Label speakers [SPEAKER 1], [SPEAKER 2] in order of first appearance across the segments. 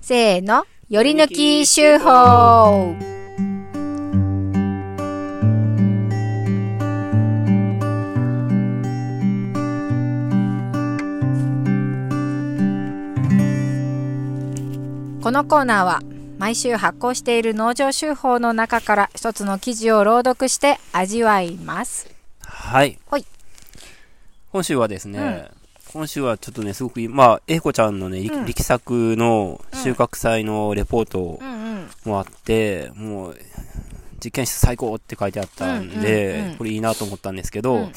[SPEAKER 1] せーの、より抜き手法このコーナーは毎週発行している農場手法の中から一つの記事を朗読して味わいます。
[SPEAKER 2] はい。
[SPEAKER 1] ほい
[SPEAKER 2] 今週はですね、
[SPEAKER 1] うん
[SPEAKER 2] 今週はちょっとね、すごくいい、まあ、英子ちゃんのね、力
[SPEAKER 1] うん
[SPEAKER 2] 力作の収穫祭のレポート
[SPEAKER 1] うんうん。
[SPEAKER 2] もあって、もう、実験室最高って書いてあったんで、
[SPEAKER 1] うんうんうん
[SPEAKER 2] これいいなと思ったんですけど、
[SPEAKER 1] うん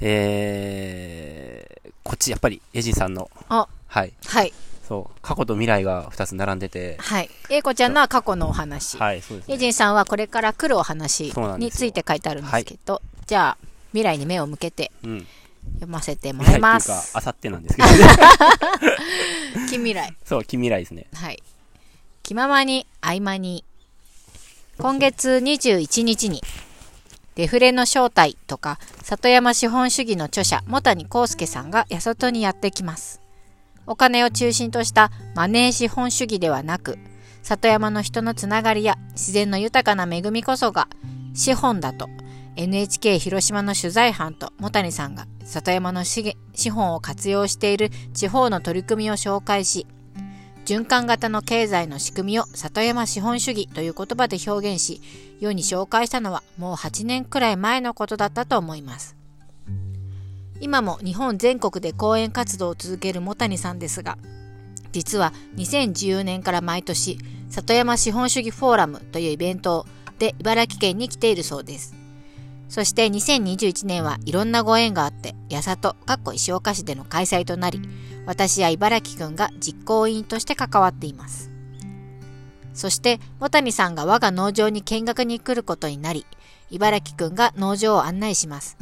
[SPEAKER 2] えー、こっちやっぱり、エジンさんの、
[SPEAKER 1] あ
[SPEAKER 2] はい、
[SPEAKER 1] はい。
[SPEAKER 2] そう、過去と未来が2つ並んでて、
[SPEAKER 1] はい。英子ちゃんのは過去のお話。
[SPEAKER 2] はい、そうです
[SPEAKER 1] エ
[SPEAKER 2] ね。
[SPEAKER 1] ジンさんはこれから来るお話
[SPEAKER 2] そうなんです
[SPEAKER 1] につい
[SPEAKER 2] よ
[SPEAKER 1] て書いてあるんですけど、じゃあ、未来に目を向けて
[SPEAKER 2] うん。
[SPEAKER 1] 読ませても
[SPEAKER 2] 未来
[SPEAKER 1] ら
[SPEAKER 2] っ
[SPEAKER 1] い
[SPEAKER 2] てい
[SPEAKER 1] う
[SPEAKER 2] か
[SPEAKER 1] ま、す。
[SPEAKER 2] あさってなんですけどね。
[SPEAKER 1] 近未来。
[SPEAKER 2] そう、近未来ですね。
[SPEAKER 1] はい。気ままに、合間に。今月21日に、デフレの正体とか、里山資本主義の著者、茂谷幸介さんが八里にやってきます。お金を中心としたマネー資本主義ではなく、里山の人のつながりや自然の豊かな恵みこそが資本だと NHK 広島の取材班と茂谷さんが里山の資源資本を活用している地方の取り組みを紹介し循環型の経済の仕組みを里山資本主義という言葉で表現し世に紹介したのはもう8年くらい前のことだったと思います今も日本全国で講演活動を続ける茂谷さんですが実は2014年から毎年里山資本主義フォーラムというイベントで茨城県に来ているそうですそして2021年はいろんなご縁があって八里かっこ石岡市での開催となり私や茨城くんが実行委員として関わっていますそして茂谷さんが我が農場に見学に来ることになり茨城くんが農場を案内します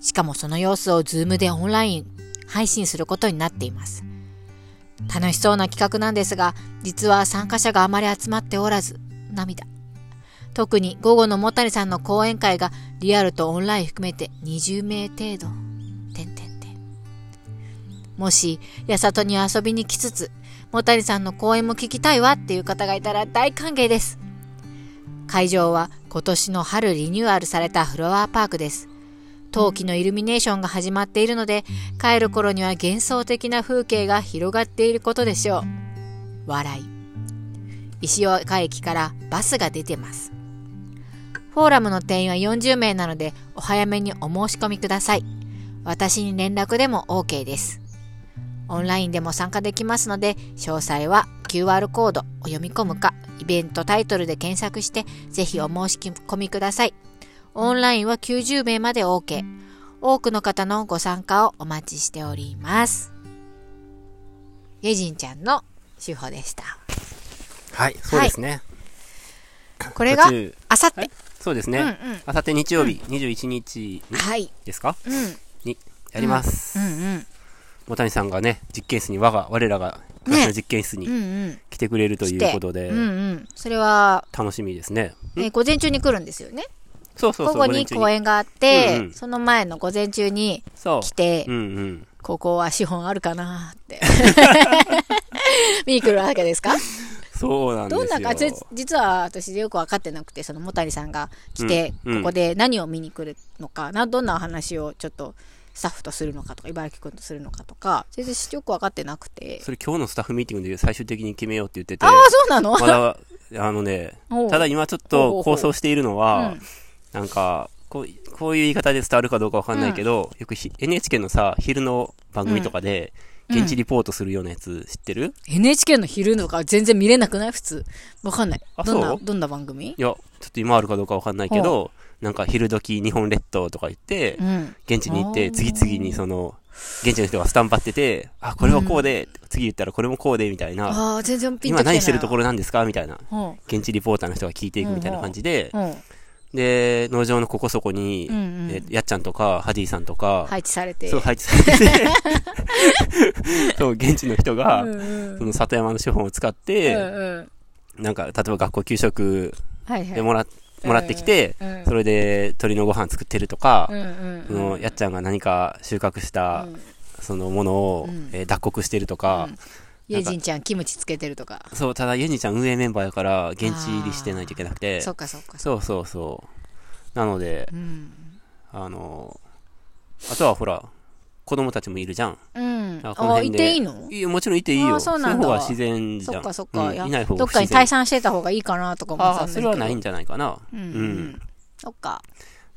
[SPEAKER 1] しかもその様子をズームでオンライン配信することになっています楽しそうな企画なんですが実は参加者があまり集まっておらず涙特に午後の茂谷さんの講演会がリアルとオンライン含めて20名程度てんてんてんもし八里に遊びに来つつ茂谷さんの講演も聞きたいわっていう方がいたら大歓迎です会場は今年の春リニューアルされたフラワーパークです冬季のイルミネーションが始まっているので帰る頃には幻想的な風景が広がっていることでしょう笑い石岡駅からバスが出てますフォーラムの定員は40名なのでお早めにお申し込みください私に連絡でも OK ですオンラインでも参加できますので詳細は QR コードを読み込むかイベントタイトルで検索してぜひお申し込みくださいオンラインは90名まで OK 多くの方のご参加をお待ちしておりますゲジンちゃんの手法でした
[SPEAKER 2] はい、そうですね。
[SPEAKER 1] これが
[SPEAKER 2] 途中
[SPEAKER 1] あさっ
[SPEAKER 2] はい
[SPEAKER 1] て
[SPEAKER 2] そうです
[SPEAKER 1] うんう
[SPEAKER 2] ね。
[SPEAKER 1] ん
[SPEAKER 2] あさって日曜日、21日
[SPEAKER 1] はい
[SPEAKER 2] ですか
[SPEAKER 1] うん
[SPEAKER 2] に、やります。
[SPEAKER 1] うん
[SPEAKER 2] 茂谷さんがね、実験室に、我が、我らが、
[SPEAKER 1] ね
[SPEAKER 2] 私の実験室
[SPEAKER 1] うんう
[SPEAKER 2] に
[SPEAKER 1] んうん
[SPEAKER 2] 来てくれるということ
[SPEAKER 1] う
[SPEAKER 2] で、
[SPEAKER 1] んうんそれは
[SPEAKER 2] 楽しみですね。ん
[SPEAKER 1] ね午前中に来るんですよね
[SPEAKER 2] そうそうそ
[SPEAKER 1] 午後
[SPEAKER 2] う。
[SPEAKER 1] に公演があって、
[SPEAKER 2] うんうん
[SPEAKER 1] その前の午前中に
[SPEAKER 2] そう
[SPEAKER 1] 来。て、
[SPEAKER 2] うんうん。
[SPEAKER 1] ここは資本あるかなって 見に来るわけですか
[SPEAKER 2] そうなんです
[SPEAKER 1] ど
[SPEAKER 2] よ。
[SPEAKER 1] んなかぜ実は私よく分かってなくてその茂谷さんが来て、
[SPEAKER 2] うんうん
[SPEAKER 1] ここで何を見に来るのかなどんなお話をちょっとスタッフとするのかとか茨城君とするのかとか全然よく分かってなくて
[SPEAKER 2] それ今日のスタッフミーティングで最終的に決めようって言ってて
[SPEAKER 1] ああ、そうなの、
[SPEAKER 2] まだ、あのね、
[SPEAKER 1] おう
[SPEAKER 2] ただ今ちょっ
[SPEAKER 1] ほうほうほ
[SPEAKER 2] と
[SPEAKER 1] う
[SPEAKER 2] 構想しているの
[SPEAKER 1] う
[SPEAKER 2] は
[SPEAKER 1] ん、
[SPEAKER 2] なんか、こうこういう言い方で伝わるかどうかわかんないけど、よくひ NHK のさ、昼の番組とかで、
[SPEAKER 1] うん
[SPEAKER 2] 現地リポートするようなやつ知ってる
[SPEAKER 1] NHK の昼のが全然見れなくない普通分かんない
[SPEAKER 2] あ
[SPEAKER 1] どん
[SPEAKER 2] そ
[SPEAKER 1] な
[SPEAKER 2] う
[SPEAKER 1] どんな番組
[SPEAKER 2] いや、ちょっと今あるかどうかわかんないけど、なんか昼時日本列島とか行って
[SPEAKER 1] う、ん
[SPEAKER 2] 現地に行っ
[SPEAKER 1] あ
[SPEAKER 2] て、
[SPEAKER 1] ー
[SPEAKER 2] 次々にその、現地の人がスタンバってて、あ、これはこうで、次言ったらこれもこうで、みたいな、
[SPEAKER 1] ああ全然ピンとき
[SPEAKER 2] 今
[SPEAKER 1] てない
[SPEAKER 2] 何してるところなんですかみたいな。
[SPEAKER 1] ろ
[SPEAKER 2] 現地リポーターの人が聞いていくみたいな感じで、
[SPEAKER 1] うん、うん
[SPEAKER 2] で、農場のここそこに、
[SPEAKER 1] うんうん
[SPEAKER 2] えやっちゃんとか、ハディさんとか、
[SPEAKER 1] 配置されて
[SPEAKER 2] そう配置されて、そう、現地の人が、
[SPEAKER 1] うんうん
[SPEAKER 2] その里山の資本を使っ
[SPEAKER 1] うん
[SPEAKER 2] て、
[SPEAKER 1] うん
[SPEAKER 2] なんか、例えば学校給食
[SPEAKER 1] はいは
[SPEAKER 2] で
[SPEAKER 1] い
[SPEAKER 2] もら,、もらってきて、
[SPEAKER 1] うん
[SPEAKER 2] それで鳥のご飯作ってるとか、
[SPEAKER 1] うんうん
[SPEAKER 2] そのやっちゃんが何か収穫した、
[SPEAKER 1] うん
[SPEAKER 2] そのものを、
[SPEAKER 1] うん
[SPEAKER 2] えー脱穀してるとか、
[SPEAKER 1] イエジンちゃんキムチつけてるとか。
[SPEAKER 2] そう、ただ、ユニちゃん運営メンバーやから、現地入りしてないといけなくて。
[SPEAKER 1] そっかそっか。
[SPEAKER 2] そうそうそう。なので、
[SPEAKER 1] うん。
[SPEAKER 2] あの、あとはほら、子供たちもいるじゃん。
[SPEAKER 1] うん。
[SPEAKER 2] あこの
[SPEAKER 1] あ、
[SPEAKER 2] 辺
[SPEAKER 1] い
[SPEAKER 2] で
[SPEAKER 1] ていいの
[SPEAKER 2] いや、もちろんいていい
[SPEAKER 1] あ
[SPEAKER 2] よ。
[SPEAKER 1] ーそう
[SPEAKER 2] そ
[SPEAKER 1] な
[SPEAKER 2] の
[SPEAKER 1] んだ
[SPEAKER 2] 方が自然じゃん。
[SPEAKER 1] そっかそっか。
[SPEAKER 2] うん
[SPEAKER 1] いや
[SPEAKER 2] いない方が
[SPEAKER 1] どっかに
[SPEAKER 2] 不自然
[SPEAKER 1] 退散してた方がいいかなとかも
[SPEAKER 2] あ
[SPEAKER 1] 思
[SPEAKER 2] あ、
[SPEAKER 1] った
[SPEAKER 2] そ
[SPEAKER 1] ん
[SPEAKER 2] れ
[SPEAKER 1] だ
[SPEAKER 2] は
[SPEAKER 1] けど
[SPEAKER 2] ないんじゃないかな。
[SPEAKER 1] うんうん
[SPEAKER 2] うん
[SPEAKER 1] そっか。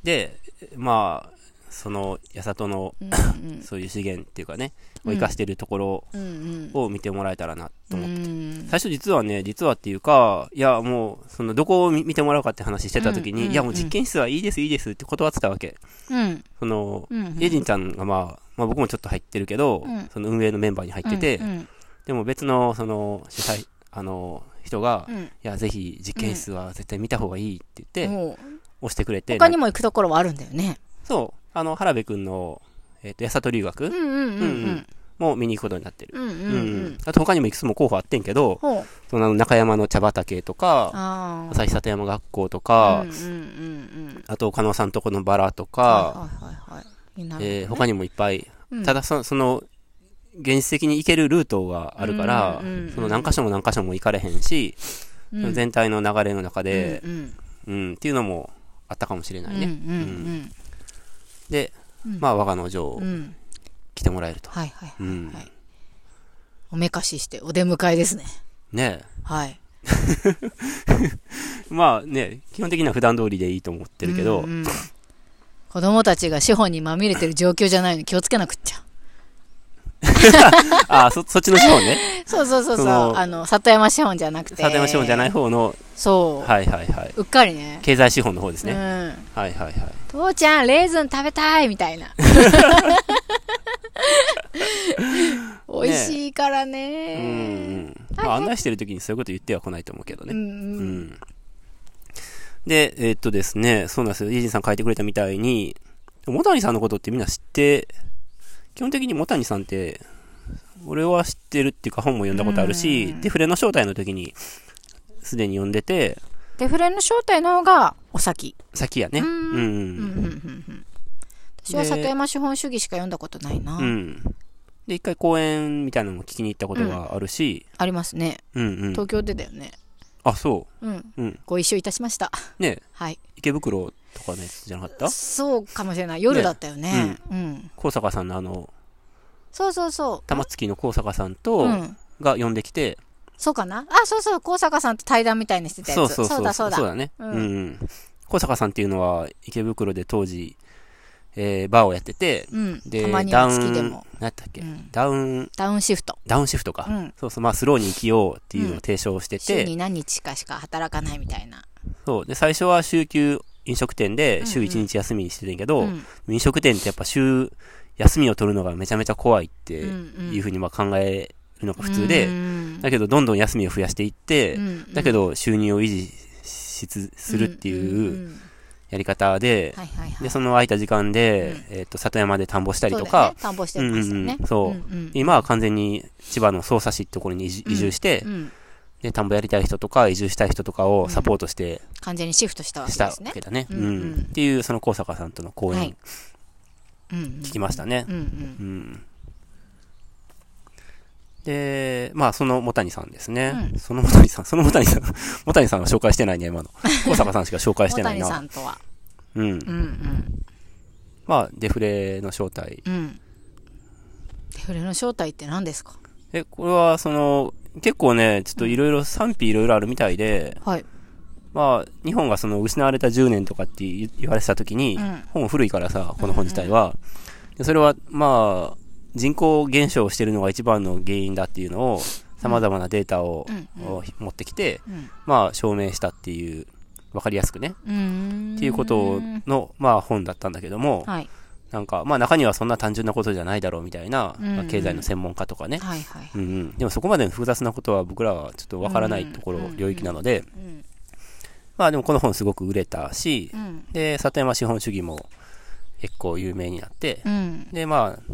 [SPEAKER 2] で、まあ、その、八里の、
[SPEAKER 1] うん うん
[SPEAKER 2] そういう資源っていうかね、
[SPEAKER 1] うん
[SPEAKER 2] を生かしてるところ
[SPEAKER 1] うんうん。
[SPEAKER 2] を見てもらえたらなと思って。
[SPEAKER 1] うん
[SPEAKER 2] 最初実はね、実はっていうか、いや、もう、その、どこを見見てもらうかって話してた時に、
[SPEAKER 1] うん
[SPEAKER 2] いや、もう実験室はいいです、いいですって断ってたわけ。
[SPEAKER 1] うん。
[SPEAKER 2] その、
[SPEAKER 1] うん。
[SPEAKER 2] エジンちゃんがまあ、まあ僕もちょっと入ってるけど、
[SPEAKER 1] うん
[SPEAKER 2] その運営のメンバーに入ってて、
[SPEAKER 1] うんうん
[SPEAKER 2] でも別の、その、主催、あの、人が、
[SPEAKER 1] う
[SPEAKER 2] い
[SPEAKER 1] ん
[SPEAKER 2] や、ぜひ実験室は絶対見た方がいいって言って、
[SPEAKER 1] も
[SPEAKER 2] 押してくれ
[SPEAKER 1] う
[SPEAKER 2] て、
[SPEAKER 1] 他にも行くところはあるんだよね。
[SPEAKER 2] そう、あの、原部君の、えっ、と、八里留
[SPEAKER 1] うん
[SPEAKER 2] 学
[SPEAKER 1] うんうんうん。
[SPEAKER 2] も見に行くことになってる。
[SPEAKER 1] うんうん
[SPEAKER 2] う
[SPEAKER 1] うん。
[SPEAKER 2] あと他にもいくつも候補あってんけど、
[SPEAKER 1] ほう。
[SPEAKER 2] その中山の茶畑とか、
[SPEAKER 1] あ
[SPEAKER 2] 旭里山学校と
[SPEAKER 1] あ。
[SPEAKER 2] か、
[SPEAKER 1] うんうんうんうん。
[SPEAKER 2] あと、加納さんとこのバラとか、
[SPEAKER 1] はいはいはいはい。なるほどね
[SPEAKER 2] えー他にもいっぱい、
[SPEAKER 1] うん
[SPEAKER 2] ただそ、その、現実的に行けるルートがあるから、
[SPEAKER 1] うんうんうん
[SPEAKER 2] その何箇所も何箇所も行かれへんし、
[SPEAKER 1] うん
[SPEAKER 2] 全体の流れの中で、
[SPEAKER 1] うんうん
[SPEAKER 2] うん、っていうのもあったかもしれないね。
[SPEAKER 1] うんうん
[SPEAKER 2] で、
[SPEAKER 1] うん
[SPEAKER 2] まあ、我がの
[SPEAKER 1] う
[SPEAKER 2] 城
[SPEAKER 1] んうん
[SPEAKER 2] 来てもらえると。
[SPEAKER 1] はいはい
[SPEAKER 2] うん。
[SPEAKER 1] はいおめかししてお出迎えですね
[SPEAKER 2] ね
[SPEAKER 1] はい
[SPEAKER 2] えまあね、基本的には普段通りでいいと思ってるけど、
[SPEAKER 1] うんうん子供たちが資本にまみれてる状況じゃないのに気をつけなくっ ちゃ
[SPEAKER 2] ああ、そ、そっちの資本ね。
[SPEAKER 1] そうそうそうそ
[SPEAKER 2] そうの
[SPEAKER 1] あの里山資本じゃなくて
[SPEAKER 2] 里山資本じゃない方の、
[SPEAKER 1] そう、
[SPEAKER 2] はいはいはい。
[SPEAKER 1] うっかりね
[SPEAKER 2] 経済資本の方です
[SPEAKER 1] う
[SPEAKER 2] ね。
[SPEAKER 1] ん
[SPEAKER 2] はいはいはい。
[SPEAKER 1] 父ちゃんレーズン食べたいみ たいな美味しいから
[SPEAKER 2] う
[SPEAKER 1] ね
[SPEAKER 2] んうん。まあ、案内してる時にそういうこと言っては来ないと思うけどね
[SPEAKER 1] う。ん
[SPEAKER 2] う
[SPEAKER 1] うん
[SPEAKER 2] んで、えーっとですね、そうなんですよ。イージンさん書いてくれたみたいに、モタニさんのことってみんな知って、基本的にモタニさんって、俺は知ってるっていうか本も読んだことあるし、
[SPEAKER 1] うん
[SPEAKER 2] で、フレの招待の時に、すでに読んでて、
[SPEAKER 1] デフレの正体の方がお先
[SPEAKER 2] 先やね。
[SPEAKER 1] う
[SPEAKER 2] うんん。
[SPEAKER 1] うんうんうんうん私は
[SPEAKER 2] で
[SPEAKER 1] 里山資本主義しか読んだことないな、
[SPEAKER 2] うんで、一回公演みたいなのも聞きに行ったことがあるし、
[SPEAKER 1] ありますね
[SPEAKER 2] うん、うん
[SPEAKER 1] 東京でだよね
[SPEAKER 2] あ、そ
[SPEAKER 1] うん
[SPEAKER 2] う。うん。
[SPEAKER 1] ご一緒いたしました
[SPEAKER 2] ね
[SPEAKER 1] はい
[SPEAKER 2] 池袋とかのやつじゃなかった
[SPEAKER 1] そうかもしれない夜だったよね
[SPEAKER 2] ね
[SPEAKER 1] うん、
[SPEAKER 2] 高坂さんのあの、
[SPEAKER 1] そうそうそ
[SPEAKER 2] 玉月の高坂さん
[SPEAKER 1] う
[SPEAKER 2] と、
[SPEAKER 1] うん
[SPEAKER 2] が呼んできて、
[SPEAKER 1] そうかなあそうそう高坂さんと対談みたいにしてたやつ
[SPEAKER 2] そうそうそう。
[SPEAKER 1] だそうだ
[SPEAKER 2] そうだね。
[SPEAKER 1] う
[SPEAKER 2] うんん。小坂さんっていうのは、池袋で当時、えーバーをやってて、
[SPEAKER 1] うん
[SPEAKER 2] で、
[SPEAKER 1] たまに
[SPEAKER 2] ダ
[SPEAKER 1] は
[SPEAKER 2] ウン、
[SPEAKER 1] 好きで
[SPEAKER 2] 何
[SPEAKER 1] も
[SPEAKER 2] やったっけ、
[SPEAKER 1] うん
[SPEAKER 2] ダウン、
[SPEAKER 1] ダウンシフト
[SPEAKER 2] ダウンシフトか。
[SPEAKER 1] うん
[SPEAKER 2] そうそう、まあ、スローに生きようっていうのを提唱して
[SPEAKER 1] 週
[SPEAKER 2] て、
[SPEAKER 1] に何日かしか働かないみたいな
[SPEAKER 2] そう。で、最初は週休飲食店
[SPEAKER 1] うん
[SPEAKER 2] で、週1日休みにしてたんやけど、
[SPEAKER 1] うん
[SPEAKER 2] 飲食店ってやっぱ週、休みを取るのがめちゃめちゃ怖いって
[SPEAKER 1] うん
[SPEAKER 2] いう
[SPEAKER 1] うん
[SPEAKER 2] ふうにまあ考えるのが普通で、
[SPEAKER 1] うん
[SPEAKER 2] だけどどんどん休みを増やしていって、
[SPEAKER 1] うん
[SPEAKER 2] だけど収入を維持しつするって
[SPEAKER 1] ん
[SPEAKER 2] いうん
[SPEAKER 1] ん
[SPEAKER 2] やり方で、
[SPEAKER 1] はいはいはい
[SPEAKER 2] で、その空いた時間で、えっ、と、里山で田んぼしたりと
[SPEAKER 1] そうだよ
[SPEAKER 2] か
[SPEAKER 1] ね、、田んぼしてましたよね
[SPEAKER 2] うんうんそう
[SPEAKER 1] うん
[SPEAKER 2] 今は完全に千葉の匝瑳市ってところに移
[SPEAKER 1] うん
[SPEAKER 2] 移住して、
[SPEAKER 1] うんうん
[SPEAKER 2] で、田んぼやりたい人とか、移住したい人とかをサポートして、
[SPEAKER 1] 完全にシフトしたわけ
[SPEAKER 2] した
[SPEAKER 1] で
[SPEAKER 2] わ
[SPEAKER 1] すね
[SPEAKER 2] けだね。
[SPEAKER 1] う
[SPEAKER 2] うんん、
[SPEAKER 1] うん
[SPEAKER 2] っていう、その高坂さんとの講
[SPEAKER 1] はい
[SPEAKER 2] 演、
[SPEAKER 1] うん
[SPEAKER 2] 聞きましたね
[SPEAKER 1] う。んうん
[SPEAKER 2] うん。で、まあ、その、もたにさんですね。
[SPEAKER 1] う
[SPEAKER 2] そのもたにさん、そのもたにさん、 もたにさんは紹介してない ね、今の。高坂さんしか紹介し
[SPEAKER 1] 小
[SPEAKER 2] てない
[SPEAKER 1] 谷さ
[SPEAKER 2] な。
[SPEAKER 1] んとは
[SPEAKER 2] うん
[SPEAKER 1] う。んうん
[SPEAKER 2] まあ、デフレの正体
[SPEAKER 1] うんデフレの正体って何ですか
[SPEAKER 2] え、これは、その、結構ね、ちょっといろいろ賛否いろいろあるみたいで、
[SPEAKER 1] はい
[SPEAKER 2] まあ、日本がその失われた10年とかって言言われてた時に、
[SPEAKER 1] うん
[SPEAKER 2] 本古いからさ、この本自体は。でそれは、まあ、人口減少してるのが一番の原因だっていうのを、様々なデータを,
[SPEAKER 1] うん
[SPEAKER 2] を、持ってきて、
[SPEAKER 1] うん
[SPEAKER 2] まあ、証明したっていう、わかりやすくね。
[SPEAKER 1] うーん
[SPEAKER 2] っていうことの、まあ、本だったんだけども、
[SPEAKER 1] はい
[SPEAKER 2] なんか、まあ、中にはそんな単純なことじゃないだろうみたいな、
[SPEAKER 1] うん
[SPEAKER 2] まあ経済の専門家とかね、
[SPEAKER 1] はいはい
[SPEAKER 2] うんうん、でもそこまで複雑なことは僕らはちょっとわからないところ、
[SPEAKER 1] うん
[SPEAKER 2] 領域なので、
[SPEAKER 1] うん
[SPEAKER 2] まあでもこの本すごく売れたし
[SPEAKER 1] う、ん
[SPEAKER 2] で、里山資本主義も結構有名になって、
[SPEAKER 1] うん
[SPEAKER 2] で、まあ、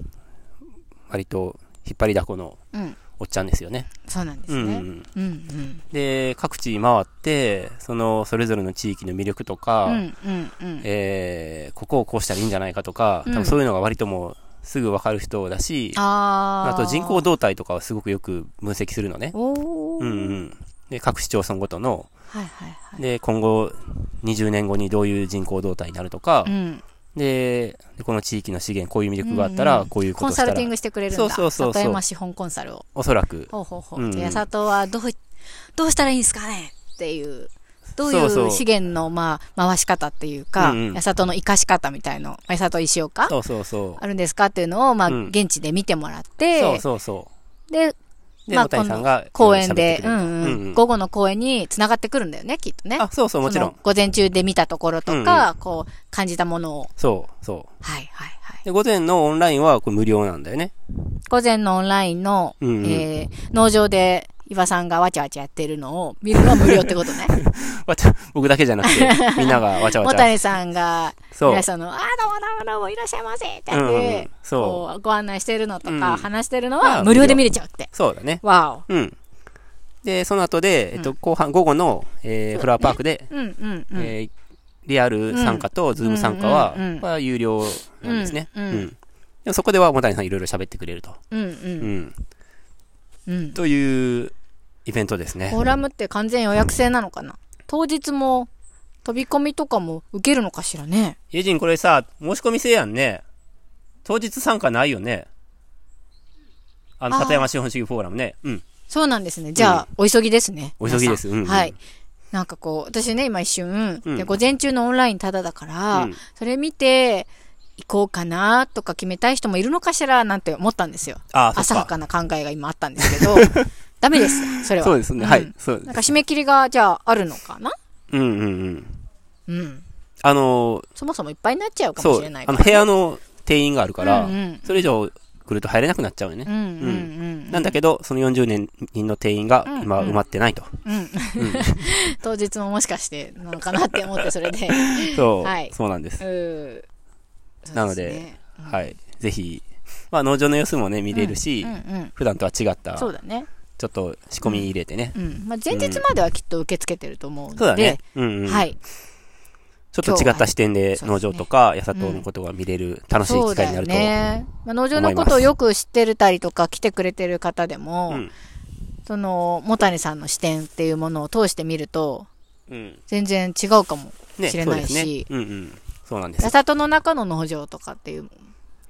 [SPEAKER 2] 割と引っ張りだこの
[SPEAKER 1] うん
[SPEAKER 2] おっちゃんですよね。
[SPEAKER 1] そうなんで
[SPEAKER 2] う
[SPEAKER 1] す
[SPEAKER 2] んう
[SPEAKER 1] ね
[SPEAKER 2] ん、
[SPEAKER 1] うんうん
[SPEAKER 2] で、各地回って、その、それぞれの地域の魅力とか、
[SPEAKER 1] うんうんうん
[SPEAKER 2] えーここをこうしたらいいんじゃないかとか、
[SPEAKER 1] うん
[SPEAKER 2] 多分そういうのが割ともう、すぐわかる人だし、
[SPEAKER 1] あ
[SPEAKER 2] あ
[SPEAKER 1] ー
[SPEAKER 2] と人口動態とかはすごくよく分析するのね。
[SPEAKER 1] おー
[SPEAKER 2] うんうん。で、各市町村ごとの、
[SPEAKER 1] はいはいはい。
[SPEAKER 2] で、今後20年後にどういう人口動態になるとか
[SPEAKER 1] う、ん、
[SPEAKER 2] で、でこの地域の資源、こういう魅力があった
[SPEAKER 1] うん
[SPEAKER 2] ら
[SPEAKER 1] う、ん
[SPEAKER 2] こういうこ
[SPEAKER 1] コ
[SPEAKER 2] と
[SPEAKER 1] ン
[SPEAKER 2] した
[SPEAKER 1] サル
[SPEAKER 2] ら
[SPEAKER 1] ティン、グしてくれるんだ。
[SPEAKER 2] そうそうそうそう
[SPEAKER 1] 里山資本コンサルを。
[SPEAKER 2] おそらく、
[SPEAKER 1] ほうほうほ
[SPEAKER 2] うんう
[SPEAKER 1] う。
[SPEAKER 2] ん
[SPEAKER 1] じゃあ、八里はどう、どうしたらいいんですかねっていう。どうい
[SPEAKER 2] そうそうう
[SPEAKER 1] 資源の、まあ、回し方っていうか、
[SPEAKER 2] うんうん
[SPEAKER 1] 八里の生かし方みたいの、まあ八里石岡
[SPEAKER 2] そうそうそ
[SPEAKER 1] あるんですかっていうのを、まあ、
[SPEAKER 2] うん
[SPEAKER 1] 現地で見てもらっ
[SPEAKER 2] う。
[SPEAKER 1] て、
[SPEAKER 2] そうそうそ
[SPEAKER 1] で、
[SPEAKER 2] う。で、
[SPEAKER 1] まあ
[SPEAKER 2] 野谷さんが、
[SPEAKER 1] 公園で、
[SPEAKER 2] う
[SPEAKER 1] うんん
[SPEAKER 2] 喋っ
[SPEAKER 1] うん、
[SPEAKER 2] てくれるうんうん。
[SPEAKER 1] 午後の公園に繋がってくるんだよね、きっとね。
[SPEAKER 2] あ、そうそう、もちろ
[SPEAKER 1] そ
[SPEAKER 2] ん
[SPEAKER 1] の。午前中で見たところとか、こう、感じたものを。
[SPEAKER 2] そう、そう。
[SPEAKER 1] はいはいはい。
[SPEAKER 2] で、午前のオンラインはこれ無料なんだよね。
[SPEAKER 1] 午前のオンラインの、
[SPEAKER 2] うんうん
[SPEAKER 1] えー農場で岩さんがわちゃわちゃやってるのを見るのは無料ってこと ね。
[SPEAKER 2] わちゃ、僕だけじゃなく て、みんながわちゃわ
[SPEAKER 1] も
[SPEAKER 2] ちゃ。
[SPEAKER 1] たねさんが、
[SPEAKER 2] そう。
[SPEAKER 1] 皆さんの、あーどうもどうもどうもいらっしゃいませってやっ
[SPEAKER 2] うんう
[SPEAKER 1] て
[SPEAKER 2] ん、そ
[SPEAKER 1] こうご案内してるのと
[SPEAKER 2] うん
[SPEAKER 1] か、話してるの
[SPEAKER 2] あ
[SPEAKER 1] は
[SPEAKER 2] ー
[SPEAKER 1] 無料で見れちゃうって。
[SPEAKER 2] そうだね。
[SPEAKER 1] わ
[SPEAKER 2] うん。で、その後で、えっ
[SPEAKER 1] う
[SPEAKER 2] と、後半、午後の、えーフラワーパークで、
[SPEAKER 1] お。うんうんうん。
[SPEAKER 2] えーリアル参加とズーム参加は
[SPEAKER 1] うんうんうん、
[SPEAKER 2] まあ有料なんですね。う
[SPEAKER 1] うんん。
[SPEAKER 2] でもそこでは、もたねさんいろいろ喋ってくれると。
[SPEAKER 1] うんう。
[SPEAKER 2] うんん。
[SPEAKER 1] うん。
[SPEAKER 2] という、イベントですね。
[SPEAKER 1] フォーラムって完全予約制なのかな当日も飛び込みとかも受けるのかしらね。
[SPEAKER 2] イエジン、これさ、申し込み制やんね。当日参加ないよね。あの、
[SPEAKER 1] あー
[SPEAKER 2] 里山資本主義フォーラムね。うん。
[SPEAKER 1] そうなんですね。じゃあ、お急ぎですね。
[SPEAKER 2] お急ぎです。うん。
[SPEAKER 1] 皆さん。はい。。なんかこう、私ね、今一瞬、
[SPEAKER 2] うん
[SPEAKER 1] で午前中のオンラインタダだから、
[SPEAKER 2] うん
[SPEAKER 1] それ見て、行こうかなとか決めたい人もいるのかしらなんて思ったんですよ。
[SPEAKER 2] ああ、
[SPEAKER 1] 浅
[SPEAKER 2] そっ
[SPEAKER 1] は
[SPEAKER 2] か。
[SPEAKER 1] かな考えが今あったんですけ ど、ダメです、それは。
[SPEAKER 2] そうですね。
[SPEAKER 1] ん
[SPEAKER 2] はい。そう
[SPEAKER 1] な
[SPEAKER 2] で
[SPEAKER 1] んか
[SPEAKER 2] す。
[SPEAKER 1] 締め切りが、じゃあ、あるのかな
[SPEAKER 2] うんうんうん。
[SPEAKER 1] うん。
[SPEAKER 2] あのー、
[SPEAKER 1] そもそもいっぱいになっちゃうかも
[SPEAKER 2] そ
[SPEAKER 1] し
[SPEAKER 2] う
[SPEAKER 1] れない、
[SPEAKER 2] あ
[SPEAKER 1] か
[SPEAKER 2] の、
[SPEAKER 1] ら。
[SPEAKER 2] 部屋の定員があるから
[SPEAKER 1] うんうん、
[SPEAKER 2] それ以上来ると入れなくなっちゃうよね
[SPEAKER 1] う。んうんうん。
[SPEAKER 2] なんだけど、その40年人の定員が今埋まってないと。
[SPEAKER 1] うん。当日ももしかしてなのかなって思って、それ で。
[SPEAKER 2] そう、
[SPEAKER 1] はい
[SPEAKER 2] そうなんです。
[SPEAKER 1] うん。
[SPEAKER 2] なのではい。ぜひ、まあ農場の様子もね、
[SPEAKER 1] 見
[SPEAKER 2] 見れるし、
[SPEAKER 1] うんうん。
[SPEAKER 2] 普段とは違った、ち
[SPEAKER 1] そ
[SPEAKER 2] ょ
[SPEAKER 1] うだね。
[SPEAKER 2] っと仕込み入れてね。
[SPEAKER 1] うん。まあ、前日まではきっと受け付けてると思うので。
[SPEAKER 2] そうだね。うんうん。
[SPEAKER 1] はい。
[SPEAKER 2] ちょっと違った視点
[SPEAKER 1] 今
[SPEAKER 2] で
[SPEAKER 1] 日は
[SPEAKER 2] 農場とか、八里のことが見れる楽しい
[SPEAKER 1] そ
[SPEAKER 2] 機
[SPEAKER 1] うだ
[SPEAKER 2] 会にな
[SPEAKER 1] よ
[SPEAKER 2] ると。
[SPEAKER 1] ね。まあ、農場のことをよく知ってるたりとか来てくれてる方でも、
[SPEAKER 2] うん
[SPEAKER 1] その、モタニさんの視点っていうものを通してみると、
[SPEAKER 2] うん。
[SPEAKER 1] 全然違う かも。
[SPEAKER 2] ね、
[SPEAKER 1] 知れ
[SPEAKER 2] そう
[SPEAKER 1] な
[SPEAKER 2] で
[SPEAKER 1] い
[SPEAKER 2] す
[SPEAKER 1] し
[SPEAKER 2] ね。うんうん。そうなんです
[SPEAKER 1] 八。里の中の農場とかっていう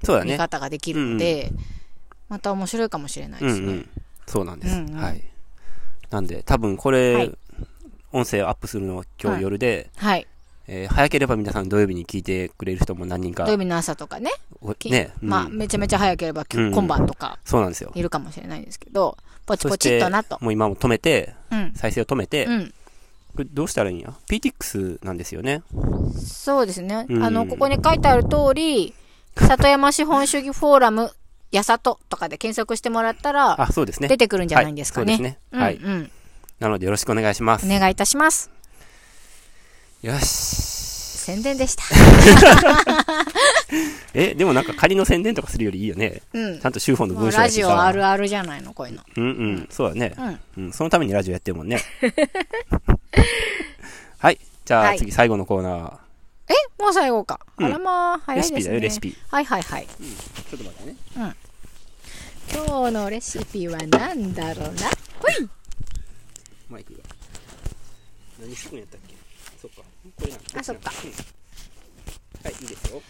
[SPEAKER 2] そうだ
[SPEAKER 1] 見
[SPEAKER 2] ね。
[SPEAKER 1] 方ができるので、また面白いかもしれない
[SPEAKER 2] うん
[SPEAKER 1] で
[SPEAKER 2] う
[SPEAKER 1] すね。
[SPEAKER 2] ん。そうなんです。
[SPEAKER 1] うんうん
[SPEAKER 2] はい。なんで、多分これ、
[SPEAKER 1] はい
[SPEAKER 2] 音声アップするのは今日夜で、
[SPEAKER 1] はい。
[SPEAKER 2] えー早ければ皆さん土曜日に聞いてくれる人も何人か
[SPEAKER 1] 土曜日の朝とかね。
[SPEAKER 2] お
[SPEAKER 1] き
[SPEAKER 2] ね、うん
[SPEAKER 1] まあ、めちゃめちゃ早ければ今
[SPEAKER 2] うん
[SPEAKER 1] 日今晩とか
[SPEAKER 2] そうなんですよ。
[SPEAKER 1] いるかもしれないですけど、ポチ
[SPEAKER 2] そ
[SPEAKER 1] ポ
[SPEAKER 2] し
[SPEAKER 1] チってとなと。
[SPEAKER 2] もう今も止めて、
[SPEAKER 1] うん。
[SPEAKER 2] 再生を止めて、
[SPEAKER 1] うん。
[SPEAKER 2] これどうしたらいいんや ?PTX なんですよね。
[SPEAKER 1] そうですね。
[SPEAKER 2] うん
[SPEAKER 1] あの、ここに書いてある通り、里山資本主義フォーラム、やさととかで検索してもらったら、
[SPEAKER 2] あ、そうですね。
[SPEAKER 1] 出てくるんじゃないんですかね。
[SPEAKER 2] はい、そうですね。はい。
[SPEAKER 1] うんうん。
[SPEAKER 2] なのでよろしくお願いします。
[SPEAKER 1] お願いいたします。
[SPEAKER 2] よし。
[SPEAKER 1] 宣伝でした。
[SPEAKER 2] え、でもなんか仮の宣伝とかするよりいいよね。
[SPEAKER 1] うん
[SPEAKER 2] ち。ゃんと修法の
[SPEAKER 1] も
[SPEAKER 2] 文
[SPEAKER 1] う
[SPEAKER 2] 章や
[SPEAKER 1] ラ
[SPEAKER 2] し
[SPEAKER 1] ジ
[SPEAKER 2] さ
[SPEAKER 1] オあるあるじゃないの、こういうの。
[SPEAKER 2] うんうん。そうだね。
[SPEAKER 1] うん。
[SPEAKER 2] うん、そのためにラジオやってるもん ね。はい。じゃあ、
[SPEAKER 1] はい
[SPEAKER 2] 次、最後のコーナー。
[SPEAKER 1] えもう最後か。
[SPEAKER 2] うん
[SPEAKER 1] あらまあ、早
[SPEAKER 2] レ
[SPEAKER 1] いです
[SPEAKER 2] シ
[SPEAKER 1] ね。
[SPEAKER 2] ピだよ、レシ。ピ。
[SPEAKER 1] はいはいはい。
[SPEAKER 2] ちょっと待ってね。
[SPEAKER 1] 今日のレシピは何だろうな。ほい
[SPEAKER 2] マイクが。何スプーンやったっけそっか。これなん
[SPEAKER 1] あそっか
[SPEAKER 2] うんはい、いいですよ。